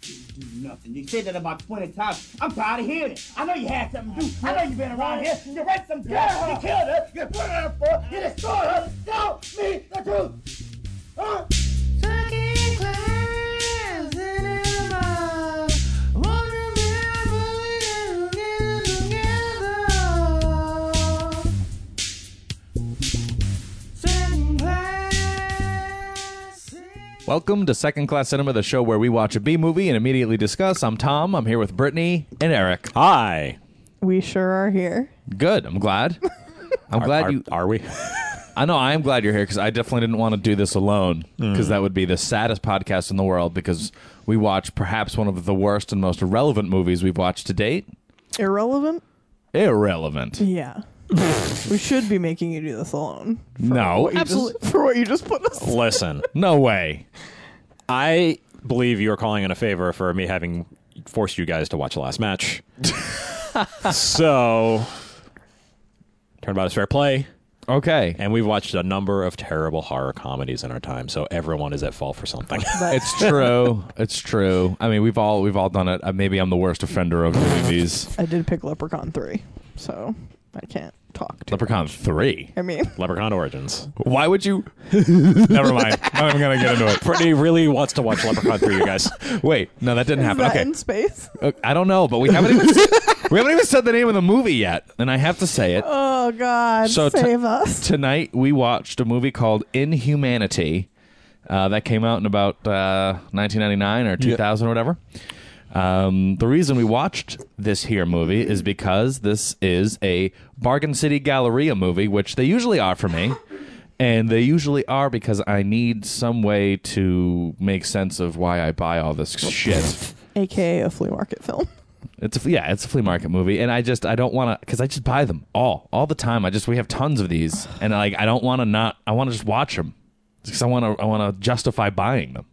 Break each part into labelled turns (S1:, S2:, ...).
S1: do nothing. You said that about 20 times. I'm tired of hearing it. I know you had something to do. I know you've been around here. You raped some girl. You killed her. You put her up for. You destroyed her. Tell me the truth. Huh?
S2: Second class cinema. Won't you be able to get it together? Second class cinema.
S3: Welcome to Second Class Cinema, the show where we watch a B movie and immediately discuss. I'm Tom. I'm here with Brittany and Eric.
S4: Hi.
S5: We sure are here.
S3: Good. I'm glad. I'm glad
S4: are,
S3: you.
S4: are we?
S3: I know I am glad you're here because I definitely didn't want to do this alone
S5: Mm.
S3: because that would be the saddest podcast in the world because we watch perhaps one of the worst and most irrelevant movies we've watched to date.
S5: Irrelevant?
S3: Irrelevant.
S5: Yeah. we should be making you do this alone.
S3: No.
S5: What you Just, for what you just put us.
S4: Listen,
S3: No way.
S4: I believe you are calling in a favor for me having forced you guys to watch the last match. so, turnabout is fair play,
S3: Okay.
S4: and we've watched a number of terrible horror comedies in our time. So everyone is at fault for something.
S3: It's true. It's true. I mean, we've all we've all done it. Uh, maybe I'm the worst offender of movies.
S5: I did pick Leprechaun 3, so I can't talk to
S3: Leprechaun three.
S5: I mean,
S4: Leprechaun Origins.
S3: Why would you? Never mind. I'm not even gonna get into it.
S4: Brittany really wants to watch Leprechaun Three, you guys.
S3: Wait, no, that didn't
S5: is
S3: happen.
S5: that
S3: Okay,
S5: in space?
S3: Uh, I don't know, but we haven't even we haven't even said the name of the movie yet, and I have to say it.
S5: Oh, God.
S3: So t-
S5: save us.
S3: Tonight we watched a movie called Inhumanity uh, that came out in about uh, 1999 or 2000 or whatever. Um, the reason we watched this here movie is because this is a Bargain City Galleria movie, which they usually are for me. And they usually are because I need some way to make sense of why I buy all this shit.
S5: AKA a flea market film.
S3: It's a, yeah, it's a flea market movie, and I just I don't want to because I just buy them all all the time. I just we have tons of these, and like I don't want to not I want to just watch them because I want to I want to justify buying them.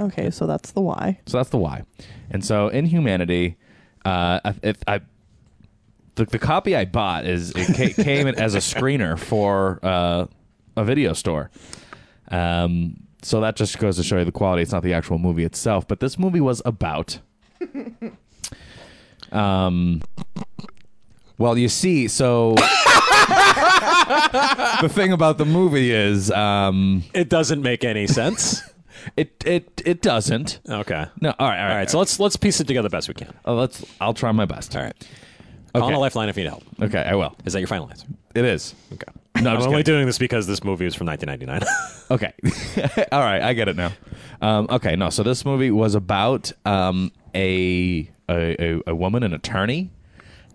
S5: Okay, so that's the why.
S3: So that's the why. And so in humanity, uh, I- if I the, the copy I bought is it ca- came in as a screener for uh, a video store. Um, so that just goes to show you the quality. It's not the actual movie itself, but this movie was about. Um. Well, you see, so the thing about the movie is, um,
S4: It doesn't make any sense.
S3: it it it doesn't.
S4: Okay.
S3: No, all right, all right.
S4: All right, so let's let's piece it together best we can.
S3: Uh, let's. I'll try my best.
S4: All right. Call on a lifeline if you need help.
S3: Okay, I will.
S4: Is that your final answer?
S3: It is.
S4: Okay.
S3: No, I'm
S4: I'm
S3: just
S4: only
S3: kidding.
S4: doing this because this movie is from 1999.
S3: Okay. All right, I get it now. Um, okay, no. So this movie was about um, a, a a a woman, an attorney,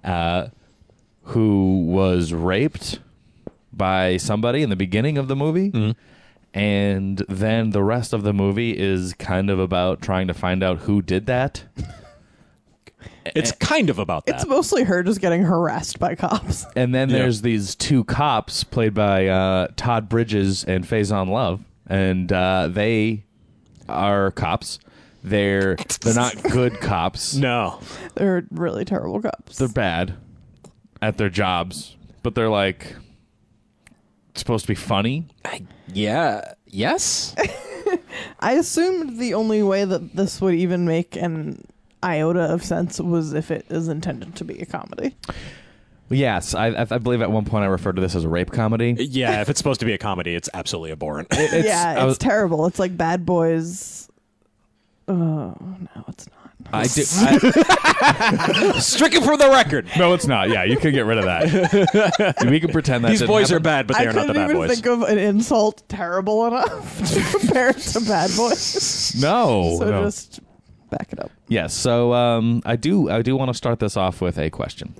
S3: uh, who was raped by somebody in the beginning of the movie. And then the rest of the movie is kind of about trying to find out who did that.
S4: it's kind of about that.
S5: Eh.
S3: Uh,
S5: It's mostly her just getting harassed by cops.
S3: And then
S4: Yeah.
S3: there's these two cops played by uh, Todd Bridges and Faison Love, and uh, they are cops. They're they're not good cops.
S4: no.
S5: They're really terrible cops.
S3: They're bad at their jobs, but they're like supposed to be funny.
S4: Yeah. Yes.
S5: I assumed the only way that this would even make an iota of sense was if it is intended to be a comedy.
S3: Yes, I, I I believe at one point I referred to this as a rape comedy.
S4: yeah. If it's supposed to be a comedy, it's absolutely abhorrent.
S3: It's,
S5: yeah,
S3: I
S5: it's
S3: was-
S5: terrible. It's like Bad Boys. Oh no, it's not.
S3: I do- I-
S4: Stricken from the record.
S3: no, it's not. Yeah, you can get rid of that. we can pretend that
S4: These
S3: didn't
S4: boys
S3: happen.
S4: are bad, but they
S5: I
S4: are
S5: couldn't
S4: not the bad
S5: even
S4: boys.
S5: think of an insult terrible enough to compare it to Bad Boys.
S3: No,
S5: So
S3: no.
S5: just back it up.
S3: Yes. So um, I do. I do want to start this off with a question.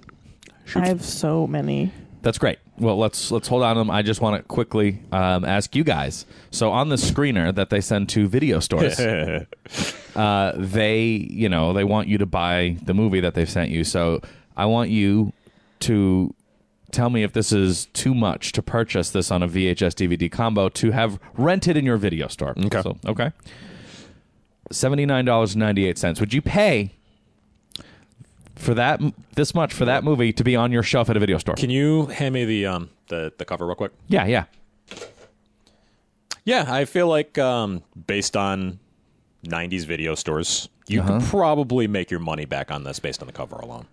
S5: I have so many.
S3: That's great. Well, let's let's hold on to them. I just want to quickly um, ask you guys. So on the screener that they send to video stores, uh, they you know they want you to buy the movie that they've sent you. So I want you to tell me if this is too much to purchase this on a VHS DVD combo to have rented in your video store.
S4: Okay.
S3: So, okay. Seventy nine dollars ninety eight cents. Would you pay? For that, m- this much for that movie to be on your shelf at a video store.
S4: Can you hand me the um the the cover real quick?
S3: Yeah, yeah.
S4: Yeah, I feel like um based on '90s video stores. You can probably make your money back on this based on the cover alone.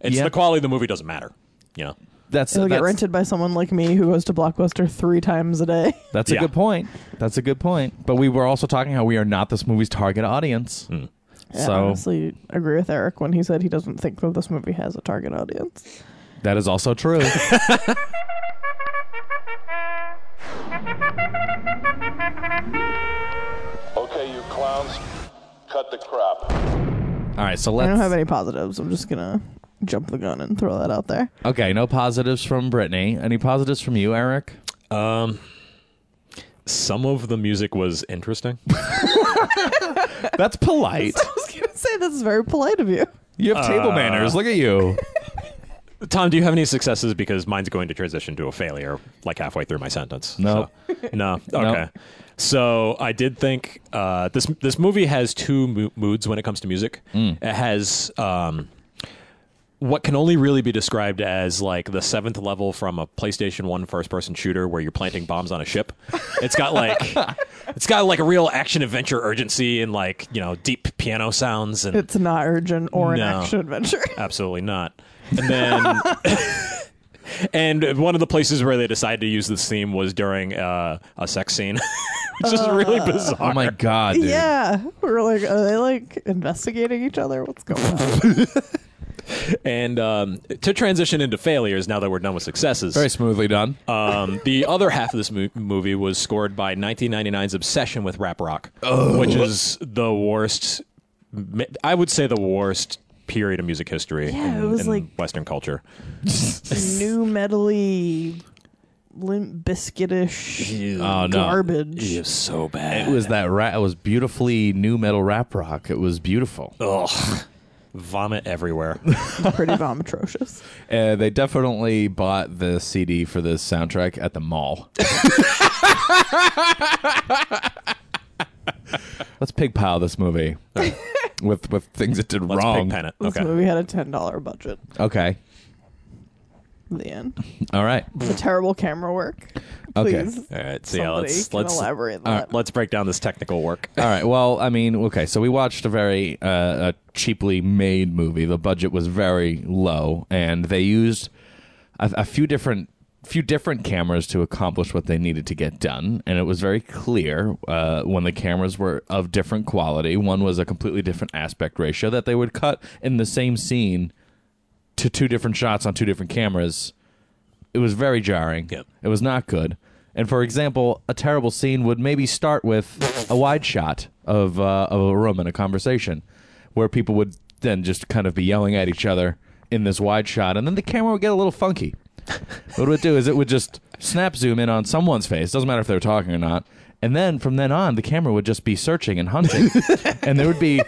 S4: It's
S3: Yeah.
S4: the quality of the movie doesn't matter. You know,
S3: That's
S5: It'll
S3: that's,
S5: get rented by someone like me who goes to Blockbuster three times a day.
S3: That's a
S4: Yeah.
S3: good point. That's a good point. But we were also talking how we are not this movie's target audience.
S5: I
S3: so
S5: honestly agree with Eric when he said he doesn't think that this movie has a target audience.
S3: that is also true.
S6: Okay, you clowns, cut the crap.
S3: All right, so
S5: I
S3: let's.
S5: don't have any positives. I'm just gonna jump the gun and throw that out there.
S3: Okay, no positives from Brittany. Any positives from you, Eric?
S4: some of the music was interesting.
S3: That's polite. Uh,
S5: I was gonna say this is very polite of you.
S3: You have table manners. Look at you.
S4: Tom, do you have any successes? Because mine's going to transition to a failure like halfway through my sentence.
S3: No.
S4: So- no. Okay. So I did think uh, this this movie has two mo- moods when it comes to music. It has um, what can only really be described as like the seventh level from a PlayStation One first person shooter where you're planting bombs on a ship. It's got like it's got like a real action adventure urgency and like you know deep piano sounds and
S5: It's not urgent or
S4: No.
S5: an action adventure.
S4: Absolutely not. And then, and one of the places where they decided to use this theme was during uh, a sex scene, which is really bizarre.
S3: Oh my god, dude.
S5: yeah, we we're like, are they like investigating each other? What's going on?
S4: And um, to transition into failures, now that we're done with successes,
S3: Very smoothly done.
S4: um, the other half of this mo- movie was scored by 1999's obsession with rap rock, which is the worst. ma- I would say the worst period of music history
S5: Yeah,
S4: in,
S5: it was
S4: in
S5: like-
S4: Western culture.
S5: New metally, limp biscuitish
S3: oh no.
S5: garbage.
S4: It was so bad.
S3: It was that rap. It was beautifully new metal rap rock. It was beautiful.
S4: Ugh. Vomit everywhere.
S5: Pretty bomb atrocious.
S3: Uh, they definitely bought the CD for this soundtrack at the mall. Let's pig pile this movie with with things it did
S4: Let's
S3: wrong.
S4: pigpen it.
S5: This
S4: Okay.
S5: movie had a ten dollar budget.
S3: Okay.
S5: The end.
S3: All right.
S5: The terrible camera work.
S3: Hmm. Okay.
S5: Please,
S4: All right. So yeah,
S5: somebody
S4: let's
S5: can
S4: let's
S5: elaborate on
S4: all
S5: that.
S4: right, let's break down this technical work.
S3: All right. Well, I mean, okay. So we watched a very uh, a cheaply made movie. The budget was very low, and they used a, a few different few different cameras to accomplish what they needed to get done. And it was very clear uh, when the cameras were of different quality. One was a completely different aspect ratio that they would cut in the same scene to two different shots on two different cameras. It was very jarring.
S4: Yep.
S3: It was not good. And for example, a terrible scene would maybe start with a wide shot of uh, of a room and a conversation, where people would then just kind of be yelling at each other in this wide shot, and then the camera would get a little funky. what it would do is it would just snap zoom in on someone's face. Doesn't matter if they're talking or not. And then from then on, the camera would just be searching and hunting, and there would be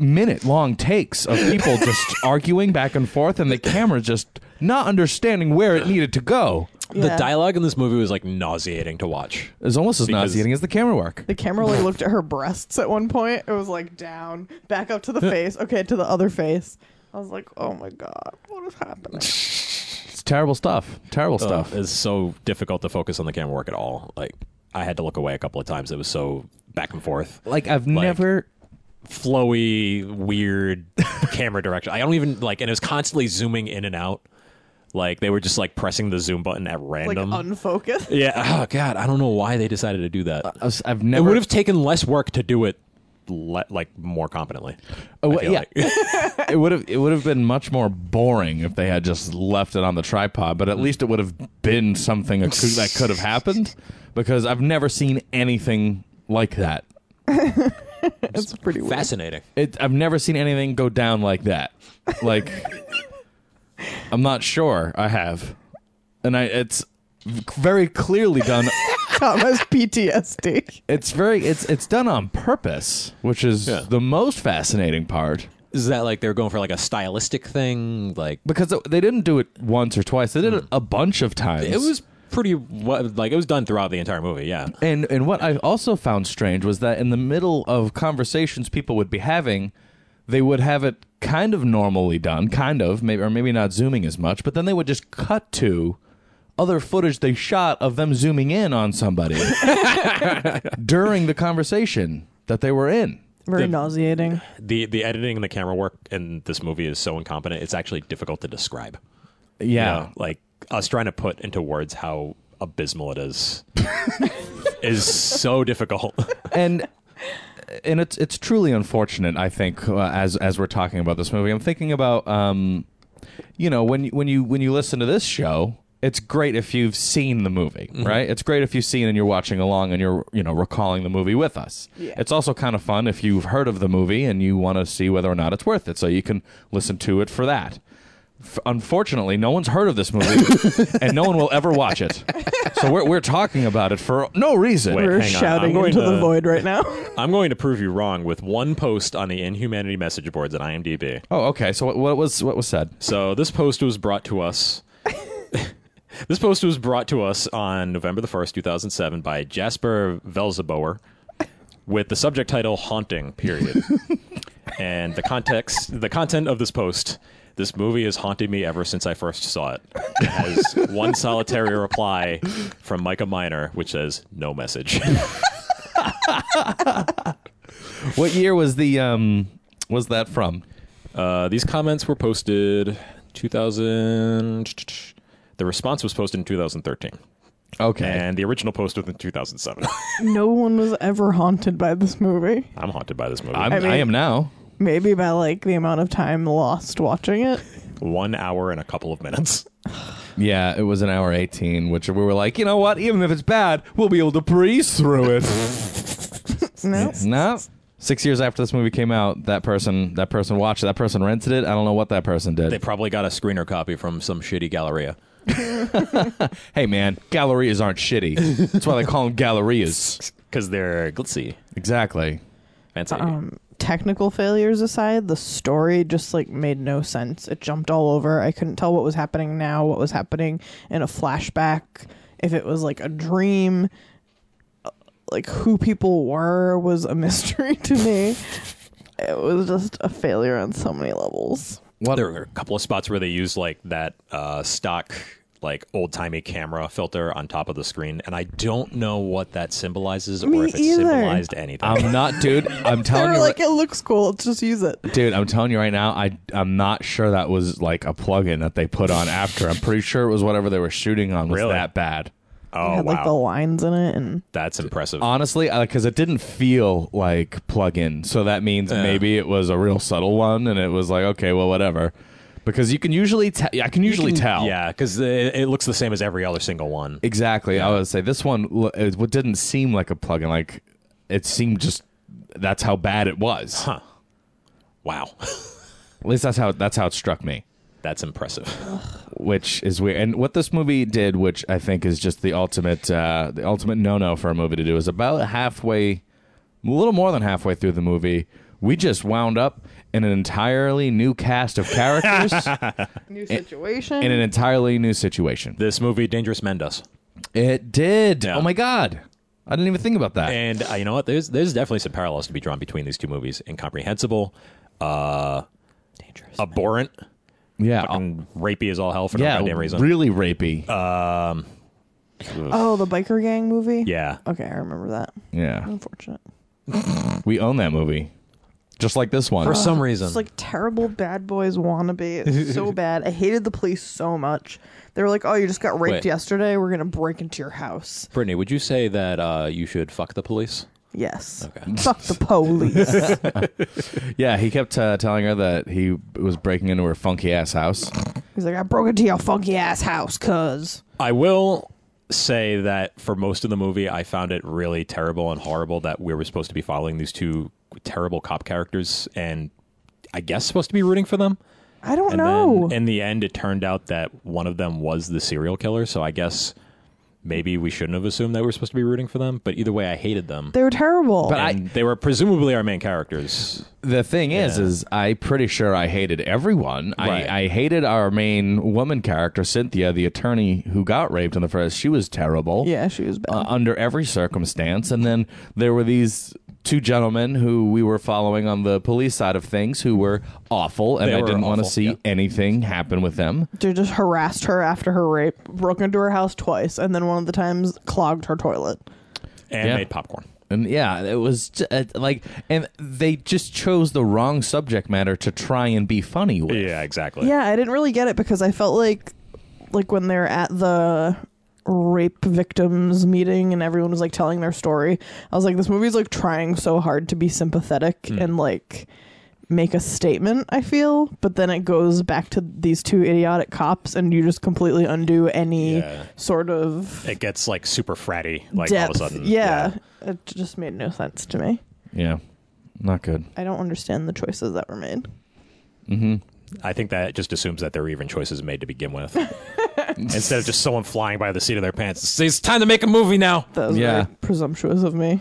S3: minute long takes of people just arguing back and forth, and the camera just not understanding where it needed to go.
S5: Yeah.
S4: The dialogue in this movie was like nauseating to watch.
S3: It's almost as
S4: Because-
S3: nauseating as the camera work.
S5: The camera like looked at her breasts at one point. It was like down, back up to the face, okay, to the other face. I was like, oh my god, what is happening?
S3: It's terrible stuff. Terrible stuff.
S4: Um, It's so difficult to focus on the camera work at all. Like I had to look away a couple of times. It was so back and forth,
S3: Like I've
S4: like-
S3: never.
S4: flowy, weird camera direction. I don't even like, and it was constantly zooming in and out. Like they were just like pressing the zoom button at
S5: Like
S4: random.
S5: unfocused.
S4: yeah. Oh god, I don't know why they decided to do that.
S3: I was- I've
S4: it
S3: never.
S4: would have taken less work to do it le- like more competently.
S3: Oh,
S4: I feel
S3: yeah.
S4: like.
S3: it would have. It would have been much more boring if they had just left it on the tripod. But at least it would have been something that could- that could have happened. Because I've never seen anything like that.
S5: It's pretty weird.
S4: Fascinating.
S3: It, I've never seen anything go down like that. Like, I'm not sure I have, and I it's very clearly done.
S5: Thomas PTSD.
S3: It's very it's it's done on purpose, which is
S4: Yeah.
S3: the most fascinating part.
S4: Is that like they're going for like a stylistic thing? Like
S3: because they didn't do it once or twice. They did it a bunch of times.
S4: Hmm. it was pretty wa- like it was done throughout the entire movie. Yeah,
S3: and and what I also found strange was that in the middle of conversations people would be having, they would have it kind of normally done, kind of maybe or maybe not zooming as much, but then they would just cut to other footage they shot of them zooming in on somebody during the conversation that they were in.
S5: Very
S4: The-
S5: nauseating.
S4: the the editing and the camera work in this movie is so incompetent. It's actually difficult to describe. You
S3: Yeah.
S4: know, like us trying to put into words how abysmal it is is so difficult.
S3: and uh, and it's it's truly unfortunate. I think uh, as as we're talking about this movie, I'm thinking about um, you know when you- when you when you listen to this show, it's great if you've seen the movie, right? It's great if you've seen and you're watching along and you're you know recalling the movie with us. It's also kind of fun if you've heard of the movie and you want to see whether or not it's worth it, so you can listen to it for that. F- Unfortunately, no one's heard of this movie, and no one will ever watch it. So we're we're talking about it for no reason.
S4: Wait,
S5: We're
S4: hang on. I'm
S5: shouting
S4: going
S5: into the
S4: to-
S5: void right now.
S4: I'm going to prove you wrong with one post on the Inhumanity message boards at IMDb.
S3: Oh, okay. So what, what was what was said?
S4: So this post was brought to us. this post was brought to us on November the first, two thousand seven, by Jasper Velzeboer, with the subject title "Haunting." Period. and the context, the content of this post. This movie has haunted me ever since I first saw it. It has one solitary reply from Micah Minor, which says no message.
S3: What year was the um was that from?
S4: Uh, these comments were posted 2000. The response was posted in 2013,
S3: Okay.
S4: and the original post was in 2007.
S5: no one was ever haunted by this movie.
S4: I'm haunted by this movie.
S3: I'm, I,
S5: I mean-
S3: am now.
S5: Maybe by like the amount of time lost watching it.
S4: one hour and a couple of minutes.
S3: Yeah, it was an hour 18, which we were like, you know what? Even if it's bad, we'll be able to breeze through it.
S5: No.
S3: no. Six years after this movie came out, that person that person watched it. That person rented it. I don't know what that person did.
S4: They probably got a screener copy from some shitty galleria.
S3: hey, man, gallerias aren't shitty. That's why they call them gallerias.
S4: Because they're glitzy.
S3: Exactly.
S4: Fancy.
S5: Um, technical failures aside, the story just like made no sense. It jumped all over. I couldn't tell what was happening now, what was happening in a flashback, if it was like a dream, Uh, like who people were was a mystery to me. It was just a failure on so many levels.
S3: What?
S4: there were a couple of spots where they used like that uh, stock, like old timey camera filter on top of the screen, and I don't know what that symbolizes or
S5: Me
S4: if it
S5: either.
S4: symbolized anything.
S3: I'm not, dude. I'm
S5: They
S3: telling
S5: were
S3: you.
S5: like, it looks cool. Let's just use it.
S3: Dude, I'm telling you right now, I I'm not sure that was like a plug-in that they put on after. I'm pretty sure it was whatever they were shooting on was
S4: Really?
S3: that bad.
S4: oh
S5: it had like the lines in it, and
S4: That's impressive.
S3: Honestly, because it didn't feel like plug-in, so that means maybe it was a real subtle one, and it was like okay, well, whatever. Because you can usually tell. I can usually tell.
S4: Yeah, because it, it looks the same as every other single one.
S3: Exactly. I would say this one l- it w- didn't seem like a plug-in. Like it seemed just that's how bad it was.
S4: Huh. Wow.
S3: At least that's how that's how it struck me.
S4: That's impressive.
S3: which is weird. And what this movie did, which I think is just the ultimate, uh, the ultimate no-no for a movie to do, is about halfway, a little more than halfway through the movie, we just wound up in an entirely new cast of characters
S5: new situation.
S3: in an entirely new situation.
S4: This movie, Dangerous Men, does.
S3: It did.
S4: Yeah.
S3: Oh my god, I didn't even think about that.
S4: And uh, you know what? There's there's definitely some parallels to be drawn between these two movies. Incomprehensible, uh,
S5: Dangerous.
S4: abhorrent,
S3: yeah,
S4: and rapey as all hell for
S3: yeah,
S4: no goddamn reason. Uh,
S3: really rapey.
S5: oh, the biker gang movie.
S4: yeah.
S5: Okay, I remember that.
S3: yeah,
S5: Unfortunate.
S3: we own that movie, just like this one.
S4: For some reason.
S5: It's like terrible bad boys wannabe. It's so bad. I hated the police so much. They were like, "Oh, you just got raped
S4: Wait.
S5: yesterday. We're gonna break into your house."
S4: Brittany, would you say that uh, you should fuck the police?
S5: Yes.
S4: Okay.
S5: Fuck the police.
S3: yeah, he kept uh, telling her that he was breaking into her funky ass house.
S5: He's like, "I broke into your funky ass house, cuz."
S4: I will say that for most of the movie, I found it really terrible and horrible that we were supposed to be following these two terrible cop characters and I guess supposed to be rooting for them.
S5: I don't
S4: And
S5: know.
S4: then in the end, it turned out that one of them was the serial killer. So I guess maybe we shouldn't have assumed that we were supposed to be rooting for them. But either way, I hated them.
S5: they were terrible.
S3: But I-
S4: and they were presumably our main characters.
S3: The thing is,
S4: Yeah.
S3: is I pretty sure I hated everyone.
S4: Right.
S3: I, I hated our main woman character, Cynthia, the attorney who got raped in the first. She was terrible.
S5: yeah, she was bad.
S3: Uh, under every circumstance, and then there were these two gentlemen who we were following on the police side of things, who were awful, and
S4: They
S3: I
S4: were
S3: didn't want to
S4: awful,
S3: see
S4: yeah.
S3: anything happen with them.
S5: they just harassed her after her rape, broke into her house twice, and then one of the times clogged her toilet.
S4: and
S3: Yeah.
S4: made popcorn.
S3: And yeah, it was j- uh, like, and they just chose the wrong subject matter to try and be funny with.
S4: Yeah, exactly.
S5: Yeah, I didn't really get it because I felt like like when they're at the rape victims meeting and everyone was like telling their story, I was like, this movie's like trying so hard to be sympathetic
S4: Hmm.
S5: and like make a statement, I feel, but then it goes back to these two idiotic cops and you just completely undo any
S4: Yeah.
S5: sort of
S4: It gets like super fratty, like all of
S5: depth.
S4: a sudden.
S5: yeah. It just made no sense to me.
S3: Yeah. Not good.
S5: I don't understand the choices that were made.
S4: I think that just assumes that there were even choices made to begin with. Instead of just someone flying by the seat of their pants. It's, it's time to make a movie now.
S5: That was
S3: Yeah.
S5: very presumptuous of me.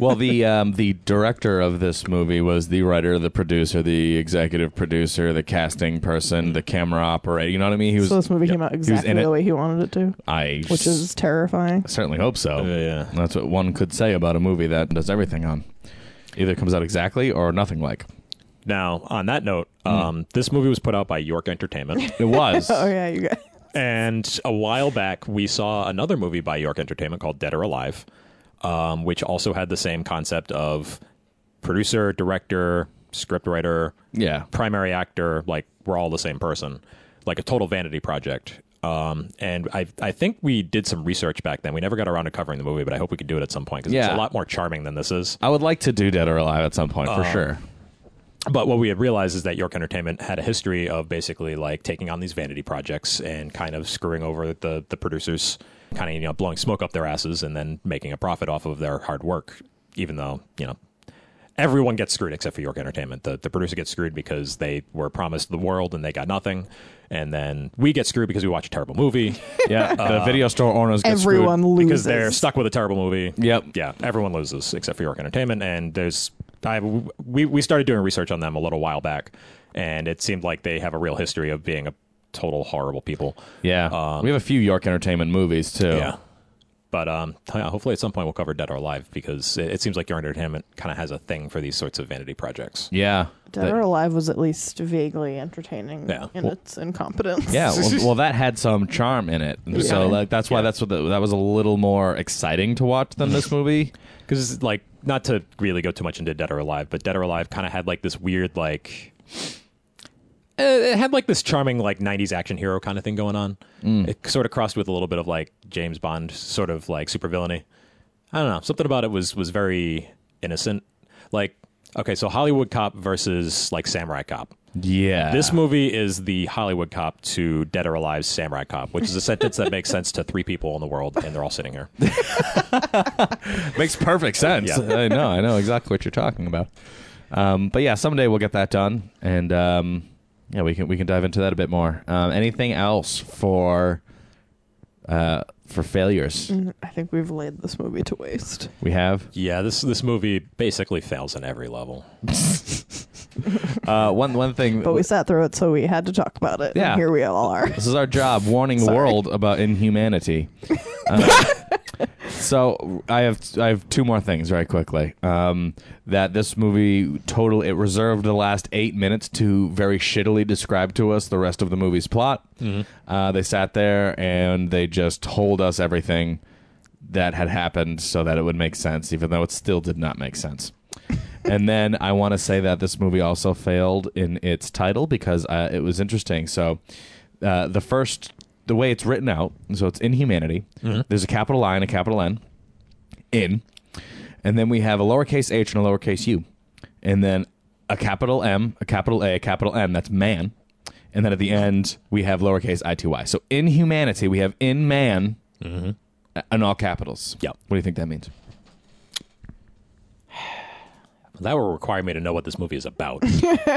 S3: well, the um, the director of this movie was the writer, the producer, the executive producer, the casting person, the camera operator. You know what I mean? He was.
S5: So this movie came out
S3: was in
S5: exactly the
S3: it.
S5: way he wanted it to.
S3: I
S5: which is terrifying.
S3: certainly hope so.
S4: yeah.
S3: That's what one could say about a movie that does everything on. Either comes out exactly or nothing like.
S4: Now, on that note,
S5: Hmm.
S4: um, this movie was put out by York Entertainment.
S3: It was.
S5: Oh yeah, you guys.
S4: and a while back, we saw another movie by York Entertainment called Dead or Alive, um, which also had the same concept of producer, director, scriptwriter,
S3: Yeah.
S4: primary actor, like we're all the same person, like a total vanity project. Um, and I, I think we did some research back then. We never got around to covering the movie, but I hope we could do it at some point because it's
S3: Yeah.
S4: a lot more charming than this is.
S3: I would like to do Dead or Alive at some point for
S4: Uh-huh.
S3: sure.
S4: But what we had realized is that York Entertainment had a history of basically like taking on these vanity projects and kind of screwing over the the producers, kind of you know blowing smoke up their asses and then making a profit off of their hard work, even though you know everyone gets screwed except for York Entertainment. The the producer gets screwed because they were promised the world and they got nothing, and then we get screwed because we watch a terrible movie
S3: Yeah,
S4: Uh-huh.
S3: the video store owners get screwed.
S5: Everyone loses.
S4: because they're stuck with a terrible movie.
S3: Yep.
S4: Yeah. Everyone loses except for York Entertainment. And there's, I, we, we started doing research on them a little while back, and it seemed like they have a real history of being a total horrible people.
S3: Yeah, we have a few York Entertainment movies too.
S4: Uh-huh. Yeah. But um, yeah, hopefully at some point we'll cover Dead or Alive because it, it seems like York Entertainment kind of has a thing for these sorts of vanity projects.
S3: yeah,
S5: Dead or Alive was at least vaguely entertaining
S4: Yeah.
S5: in
S4: Well-
S5: its incompetence.
S3: yeah. Well, well, that had some charm in it, and so like that's why that's what the, that was a little more exciting to watch than this movie.
S4: because like not to really go too much into Dead or Alive, but Dead or Alive kind of had like this weird like uh, it had like this charming like '90s action hero kind of thing going on. It sort of crossed with a little bit of like James Bond sort of like supervillainy. I don't know. Something about it was was very innocent. Like okay, so Hollywood cop versus like samurai cop.
S3: Yeah,
S4: This movie is the Hollywood cop to Dead or Alive Samurai Cop, which is a sentence that makes sense to three people in the world, and they're all sitting here.
S3: makes perfect sense.
S4: Yeah.
S3: I know, I know exactly what you're talking about. Um, but yeah, someday we'll get that done, and um, yeah, we can we can dive into that a bit more. Um, anything else for uh, for failures?
S5: I think we've laid this movie to waste.
S3: We have
S4: Yeah, this this movie basically fails on every level.
S3: uh, one one thing.
S5: But we sat through it, so we had to talk about it.
S3: Yeah.
S5: And here we all are.
S3: This is our job, warning the
S5: Sorry.
S3: world about inhumanity. Um, so I have I have two more things very quickly. Um, that this movie total it reserved the last eight minutes to very shittily describe to us the rest of the movie's plot. Uh, they sat there and they just told us everything that had happened so that it would make sense, even though it still did not make sense. and then I want to say that this movie also failed in its title because uh, it was interesting. So uh, the first, the way it's written out, so it's Inhumanity.
S4: Mm-hmm.
S3: There's a capital I and a capital N, in, and then we have a lowercase h and a lowercase u, and then a capital M, a capital A, a capital N. That's man. And then at the end, we have lowercase i, t, y. So in humanity, we have in man uh, in all capitals.
S4: Mm-hmm. Yep.
S3: What do you think that means?
S4: That would require me to know what this movie is about in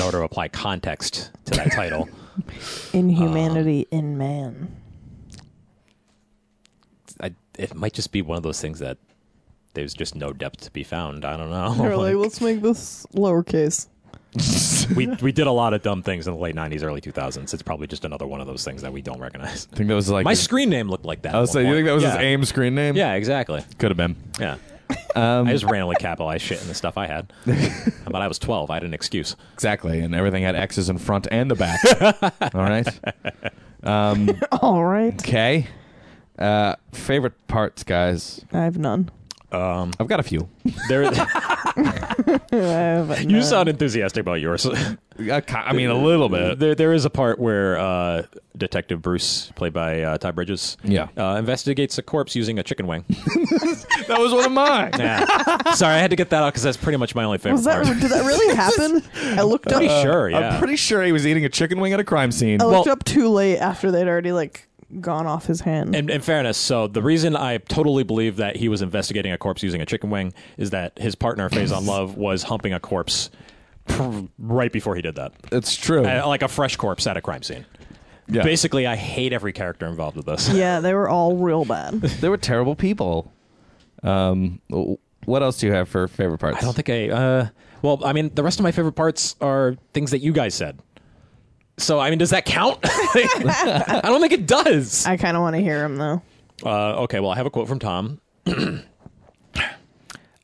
S4: order to apply context to that title.
S5: Inhumanity in man.
S4: I, it might just be one of those things that there's just no depth to be found. I don't
S5: They're
S4: know.
S5: like, let's make this lowercase.
S4: we we did a lot of dumb things in the late '90s, early 2000s. It's probably just another one of those things that we don't recognize.
S3: I think that was like
S4: My
S3: his-
S4: screen name looked like that.
S3: I was saying, you think that was
S4: yeah.
S3: his AIM screen name?
S4: Yeah, exactly.
S3: Could have been.
S4: Yeah.
S3: Um,
S4: I just randomly capitalized shit in the stuff I had. but I was 12. I had an excuse.
S3: Exactly. And everything had X's in front and the back. All right.
S5: All right.
S3: Okay. Uh, favorite parts, guys.
S5: I have none.
S4: Um,
S3: I've got a few.
S4: there,
S5: Uh, but
S4: you
S5: no.
S4: sound enthusiastic about yours.
S3: I ca- I mean, a little bit.
S4: there, there is a part where uh, Detective Bruce, played by uh, Todd Bridges,
S3: Yeah.
S4: uh, investigates a corpse using a chicken wing.
S3: That was one of mine.
S4: Yeah. Sorry, I had to get that out because that's pretty much my only favorite
S5: Was that
S4: part. Uh,
S5: did that really happen? I looked up.
S4: pretty sure, yeah.
S3: I'm pretty sure he was eating a chicken wing at a crime scene.
S5: I looked
S4: well-
S5: up too late after they'd already like gone off his hand.
S4: in, in fairness, so the reason I totally believe that he was investigating a corpse using a chicken wing is that his partner, Phase on Love, was humping a corpse pr- right before he did that.
S3: It's true.
S4: Uh, like a fresh corpse at a crime scene.
S3: Yeah.
S4: Basically, I hate every character involved with this.
S5: yeah, they were all real bad.
S3: They were terrible people. Um, what else do you have for favorite parts?
S4: I don't think I. Uh, well, I mean, the rest of my favorite parts are things that you guys said. So, I mean, does that count? I don't think it does.
S5: I kind of want to hear him though.
S4: Uh, okay, well, I have a quote from Tom.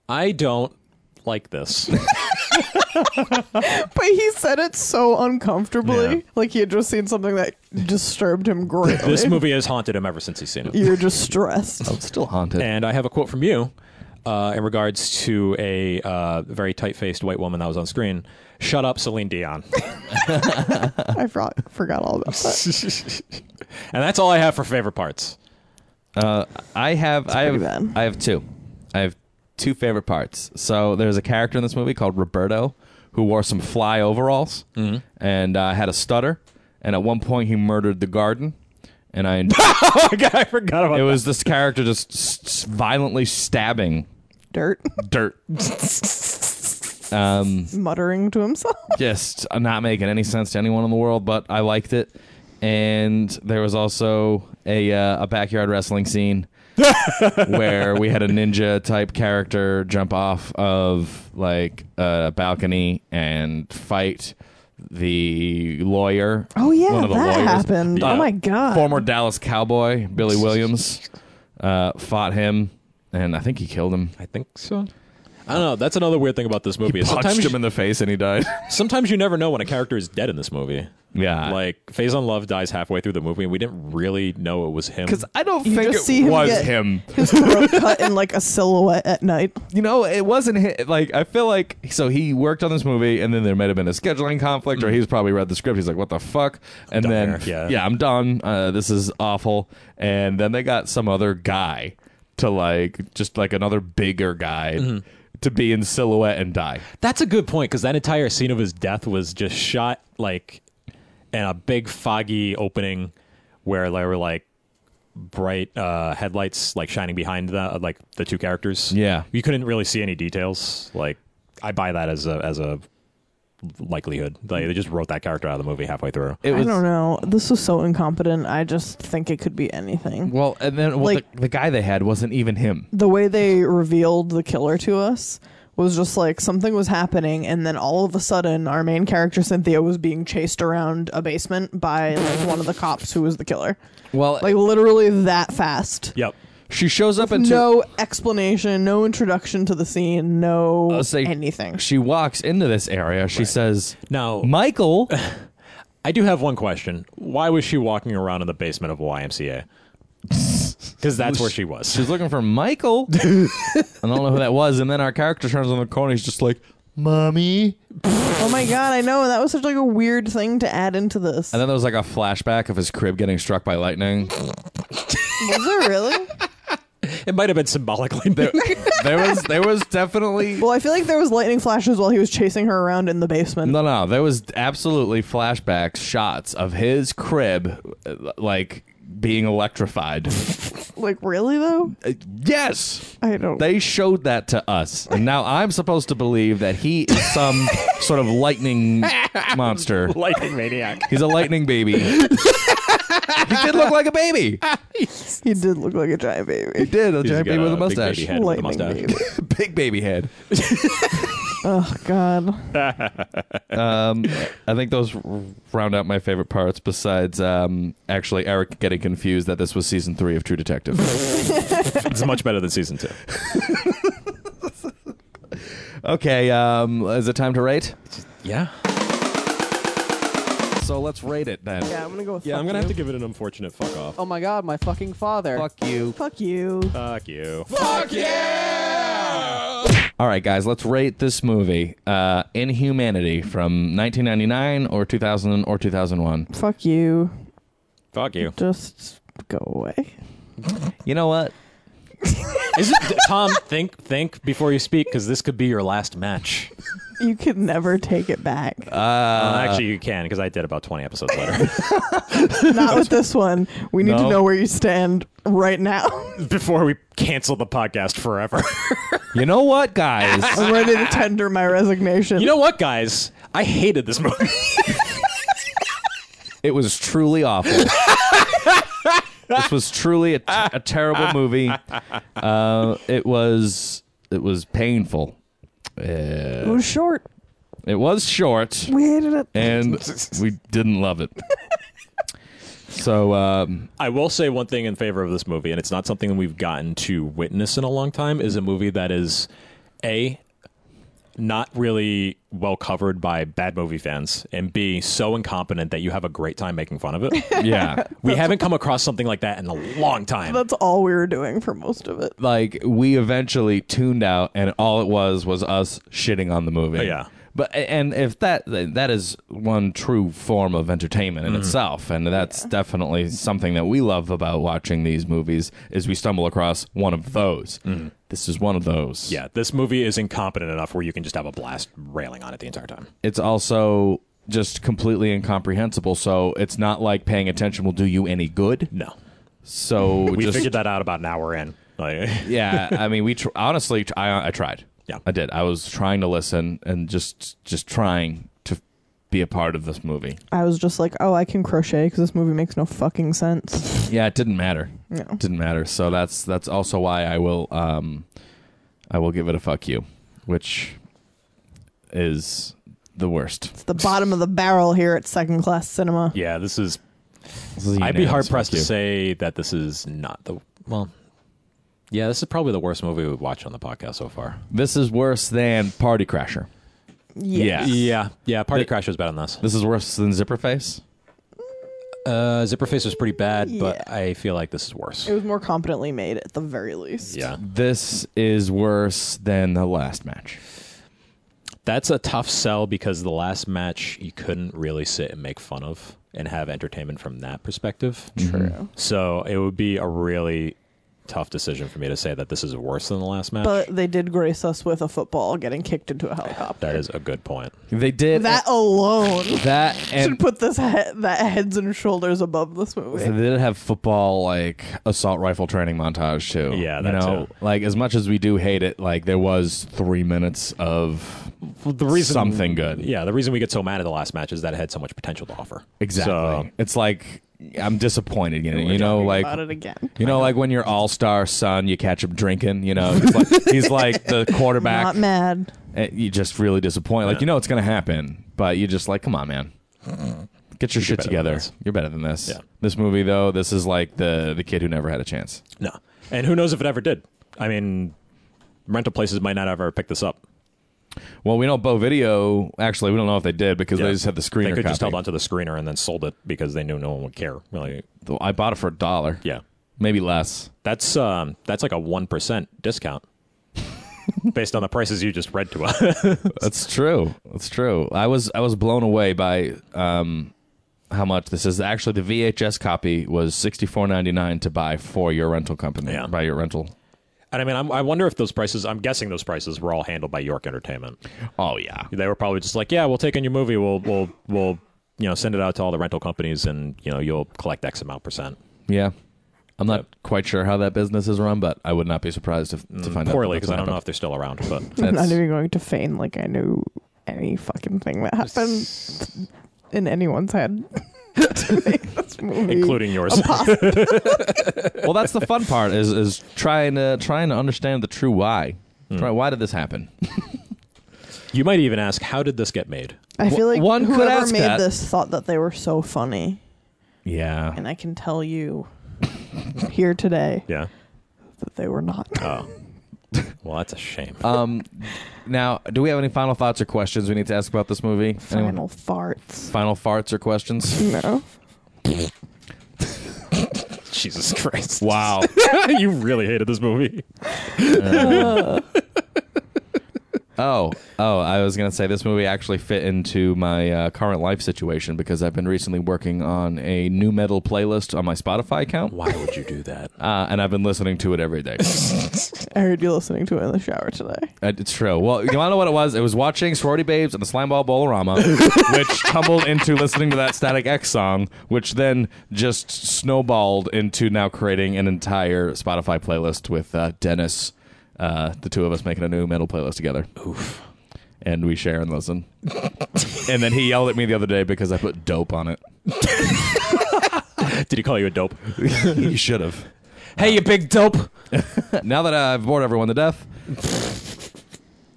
S4: I don't like this.
S5: But he said it so uncomfortably,
S4: Yeah.
S5: like he had just seen something that disturbed him greatly.
S4: this movie has haunted him ever since he's seen it.
S5: You're just stressed.
S3: I'm still haunted.
S4: And I have a quote from you uh, in regards to a uh, very tight faced white woman that was on screen. Shut up, Celine Dion.
S5: I for- forgot all about that.
S4: and that's all I have for favorite parts.
S3: Uh, I have I have
S5: pretty bad.
S3: I have two. I have two favorite parts. So there's a character in this movie called Roberto who wore some fly overalls
S4: Mm-hmm.
S3: and uh, had a stutter. And at one point, he murdered the garden. And I,
S4: Oh, my God, I forgot about
S3: it was this character just s- s- violently stabbing
S5: Dirt,
S3: dirt. um,
S5: muttering to himself.
S3: just not making any sense to anyone in the world, but I liked it. And there was also a uh, a backyard wrestling scene where we had a ninja type character jump off of like a balcony and fight the lawyer.
S5: Oh yeah,
S3: one of the
S5: that
S3: lawyers.
S5: happened.
S3: Uh,
S5: oh my god.
S3: Former Dallas Cowboy Billy Williams uh, fought him, and I think he killed him.
S4: I think so. I don't know. That's another weird thing about this movie. is
S3: Punched
S4: sometimes,
S3: him in the face, and he died.
S4: sometimes you never know when a character is dead in this movie.
S3: yeah,
S4: Like Phase on Love dies halfway through the movie, and we didn't really know it was him.
S3: because I don't
S5: You
S3: think
S5: just
S3: it
S5: see him
S3: was
S5: get-
S3: him.
S5: his throat cut in like a silhouette at night.
S3: you know, it wasn't hit. Like, I feel like so he worked on this movie, and then there might have been a scheduling conflict, or he's probably read the script. He's like, "What the fuck?" And
S4: done
S3: then,
S4: here, yeah.
S3: I'm done. Uh, this is awful. And then they got some other guy to like, just like another bigger guy to be in silhouette and die.
S4: That's a good point because that entire scene of his death was just shot like in a big foggy opening where there were like bright uh, headlights like shining behind the uh, like the two characters.
S3: Yeah.
S4: you couldn't really see any details. Like I buy that as a as a likelihood. Like, they just wrote that character out of the movie halfway through.
S3: It was
S5: I don't know. This was so incompetent. I just think it could be anything.
S3: well, and then well,
S5: Like-
S3: the, the guy they had wasn't even him.
S5: the way they revealed the killer to us was just like something was happening and then all of a sudden our main character Cynthia was being chased around a basement by like one of the cops who was the killer.
S3: Well,
S5: Like literally that fast.
S4: Yep.
S3: she shows up into
S5: No explanation, no introduction to the scene, no
S3: I'll say-
S5: anything.
S3: She walks into this area. She says,
S4: Now-
S3: Michael."
S4: I do have one question. Why was she walking around in the basement of a YMCA? Because that's where she was.
S3: She's looking for Michael. I don't know who that was. And then our character turns on the corner. He's just like, "Mommy."
S5: Oh my god, I know that was such like a weird thing to add into this.
S3: And then there was like a flashback of his crib getting struck by lightning.
S5: Was it really?
S4: It might have been symbolically.
S3: There was there was definitely
S5: well, I feel like there was lightning flashes while he was chasing her around in the basement.
S3: no no. There was absolutely flashback shots of his crib, uh, like being electrified.
S5: Like really though?
S3: yes,
S5: I don't
S3: they showed that to us, and now I'm supposed to believe that he is some sort of lightning monster.
S4: lightning maniac.
S3: He's a lightning baby. he did look like a baby.
S5: He did look like a giant baby.
S3: He did. A
S4: He's
S3: giant
S4: got
S3: baby with a
S4: big baby
S3: mustache.
S4: head with a
S5: Lightning
S4: mustache.
S5: baby.
S3: big baby head.
S5: Oh God.
S3: Um, I think those r- round out my favorite parts. Besides, um, actually, Eric getting confused that this was season three of True Detective.
S4: It's much better than season two.
S3: okay, um, is it time to rate?
S4: Yeah.
S3: So let's rate it then.
S5: Yeah, I'm gonna go with.
S4: Yeah,
S5: fuck
S4: I'm gonna
S5: you.
S4: have to give it an unfortunate fuck off.
S7: Oh my god, my fucking father.
S3: Fuck you.
S5: Fuck you.
S4: Fuck you.
S3: Fuck yeah. All right, guys, let's rate this movie, uh, Inhumanity, from 1999 or 2000 or 2001.
S5: Fuck you.
S4: Fuck you.
S5: Just go away.
S3: You know what?
S4: Is it, Tom, think think before you speak because this could be your last match.
S5: You can never take it back.
S4: Uh, Well, actually, you can because I did about 20 episodes later.
S5: Not with this one. We need
S3: No.
S5: to know where you stand right now.
S4: before we cancel the podcast forever.
S3: You know what, guys?
S5: I'm ready to tender my resignation.
S4: you know what, guys? I hated this movie.
S3: it was truly awful. this was truly a, a terrible movie. Uh, it was it was painful.
S5: it was short.
S3: It was short.
S5: We hated it.
S3: and we didn't love it. So um,
S4: I will say one thing in favor of this movie, and it's not something we've gotten to witness in a long time, is a movie that is A, not really well covered by bad movie fans, and B, so incompetent that you have a great time making fun of it.
S3: yeah,
S4: we haven't come across something like that in a long time.
S5: That's all we were doing for most of it.
S3: like we eventually tuned out, and all it was was us shitting on the movie.
S4: yeah.
S3: But and if that that is one true form of entertainment in
S4: Mm.
S3: itself, and that's definitely something that we love about watching these movies is we stumble across one of those. This is one of those.
S4: Mm-hmm. Yeah, this movie is incompetent enough where you can just have a blast railing on it the entire time.
S3: it's also just completely incomprehensible. So it's not like paying attention will do you any good.
S4: No.
S3: So
S4: We
S3: just,
S4: figured that out about an hour in. Like,
S3: yeah i mean we tr- honestly tr- I, I tried
S4: Yeah.
S3: i did i was trying to listen and just just trying to be a part of this movie
S5: I was just like, oh, I can crochet because this movie makes no fucking sense.
S3: yeah it didn't matter
S5: No.
S3: didn't matter so that's that's also why i will um i will give it a fuck you which is the worst
S5: It's the bottom of the barrel here at second class cinema.
S4: yeah, this is.
S3: This is a
S4: I'd be
S3: unanimous
S4: hard pressed
S3: fuck
S4: to
S3: you.
S4: say that this is not the. Well, yeah, this is probably the worst movie we've watched on the podcast so far.
S3: this is worse than party crasher
S5: Yes.
S3: yeah
S4: Yeah, yeah. Party Crash was better than this.
S3: this is worse than zipperface
S4: Uh, Zipper Face was pretty bad, but
S5: Yeah.
S4: I feel like this is worse.
S5: It was more competently made at the very least.
S4: Yeah,
S3: this is worse than the last match
S4: that's a tough sell because the last match you couldn't really sit and make fun of and have entertainment from that perspective. Mm-hmm.
S5: True.
S4: So it would be a really tough decision for me to say that this is worse than the last match.
S5: But they did grace us with a football getting kicked into a helicopter.
S4: that is a good point.
S3: they did
S5: That alone
S3: that and
S5: should put this he- that heads and shoulders above this movie.
S3: So they did have football like assault rifle training montage too.
S4: Yeah,
S3: you
S4: that
S3: know,
S4: too.
S3: like as much as we do hate it, like there was three minutes of
S4: the reason
S3: something good.
S4: Yeah, the reason we get so mad at the last match is that it had so much potential to offer.
S3: Exactly.
S4: So,
S3: It's like I'm disappointed in it. You know, like
S5: About it again.
S3: you know, like when your all star son, you catch him drinking. You know, he's like, he's like the quarterback.
S5: Not mad.
S3: and you just really disappointed. Like you know it's gonna happen, but you just like, come on, man. Get your shit
S4: better than
S3: together.
S4: this.
S3: You're better than this.
S4: Yeah.
S3: This movie though, this is like the the kid who never had a chance.
S4: no. And who knows if it ever did? I mean, rental places might not ever pick this up.
S3: Well, we know Bow Video. Actually, we don't know if they did because
S4: Yeah.
S3: they just had the
S4: They
S3: screener.
S4: could just
S3: copy.
S4: held onto the screener and then sold it because they knew no one would care. Like,
S3: I bought it for a dollar.
S4: yeah,
S3: maybe less.
S4: that's um, that's like a one percent discount based on the prices you just read to us.
S3: That's true. That's true. I was I was blown away by um, how much this is. Actually, the VHS copy was sixty four ninety nine to buy for your rental company.
S4: Yeah.
S3: By your rental.
S4: and I mean, I'm, I wonder if those prices. I'm guessing those prices were all handled by York Entertainment.
S3: Oh yeah.
S4: They were probably just like, yeah, we'll take in your movie. We'll we'll we'll you know send it out to all the rental companies, and you know you'll collect X amount percent.
S3: Yeah. I'm not quite sure how that business is run, but I would not be surprised if, to find out
S4: Mm, poorly
S3: that that's
S4: because I don't
S3: what
S4: know if they're still around. But
S5: I'm not
S3: That's-
S5: even going to feign like I knew any fucking thing that happened in anyone's head to make this movie.
S4: including yours,
S3: well, that's the fun part is is trying to trying to understand the true why.
S4: Mm.
S3: Try- Why did this happen?
S4: you might even ask, how did this get made?
S5: I feel like
S3: One could
S5: whoever
S3: ask
S5: made
S3: that.
S5: this thought that they were so funny,
S3: Yeah.
S5: and I can tell you here today
S4: Yeah.
S5: that they were not.
S3: Uh,
S4: Oh. well, that's a shame.
S3: Um, now, do we have any final thoughts or questions we need to ask about this movie?
S5: Final
S3: Anyone?
S5: farts.
S3: final farts or questions?
S5: No.
S4: Jesus Christ!
S3: wow.
S4: you really hated this movie.
S3: Oh, oh, I was going to say this movie actually fit into my uh, current life situation because I've been recently working on a new metal playlist on my Spotify account.
S4: Why would you do that?
S3: Uh, and I've been listening to it every day.
S5: I heard you listening to it in the shower today.
S3: Uh, It's true. Well, you want to know what it was? It was watching Sorority Babes and the Slimeball Bolorama, which tumbled into listening to that Static X song, which then just snowballed into now creating an entire Spotify playlist with uh, Dennis, uh, the two of us making a new metal playlist together. Oof. And we share and listen. and then he yelled at me the other day because I put dope on it.
S4: Did he call you a dope?
S3: he should have.
S4: hey, you big dope.
S3: Now that I've bored everyone to death,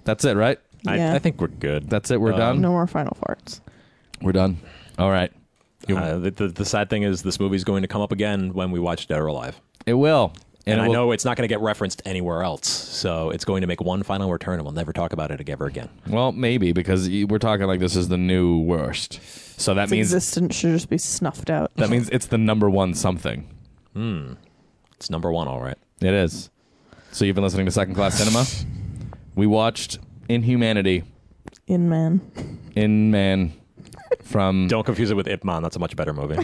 S3: that's it, right?
S5: Yeah.
S4: I, I think we're good.
S3: That's it. We're
S4: Um,
S3: done.
S5: No more final farts.
S3: We're done. All right.
S4: Uh, the, the, the sad thing is, this movie's going to come up again when we watch Dead or Alive.
S3: It will.
S4: And,
S3: it
S4: I
S3: will-
S4: know it's not going to get referenced anywhere else, so it's going to make one final return, and we'll never talk about it ever again.
S3: Well, maybe because y- we're talking like this is the new worst. So that
S5: Its
S3: means
S5: existence should just be snuffed out.
S3: that means it's the number one something.
S4: It's number one, all right.
S3: It is. So you've been listening to Second Class Cinema. We watched Inhumanity
S5: In man.
S3: in Man from
S4: Don't confuse it with Ip Man. That's a much better movie.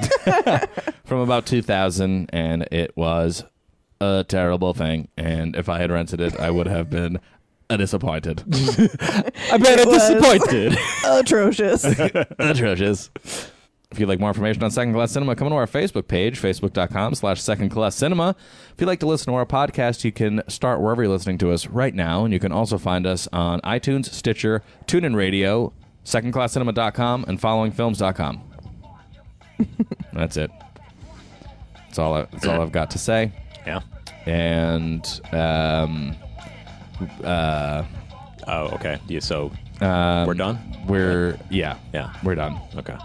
S3: from about 2000, and it was a terrible thing. And if I had rented it, I would have been uh, disappointed.
S4: I bet
S5: It was.
S4: disappointed.
S5: Atrocious.
S3: atrocious. If you'd like more information on Second Class Cinema, come to our Facebook page, facebook.com slash Second Class Cinema. If you'd like to listen to our podcast, you can start wherever you're listening to us right now. And you can also find us on iTunes, Stitcher, TuneIn Radio, secondclasscinema.com, and followingfilms.com. that's it. That's all, I, that's all I've got to say.
S4: yeah.
S3: And um,
S4: Oh, okay. Yeah, so
S3: um,
S4: we're done. Um,
S3: We're, yeah.
S4: Yeah.
S3: We're done.
S4: Okay.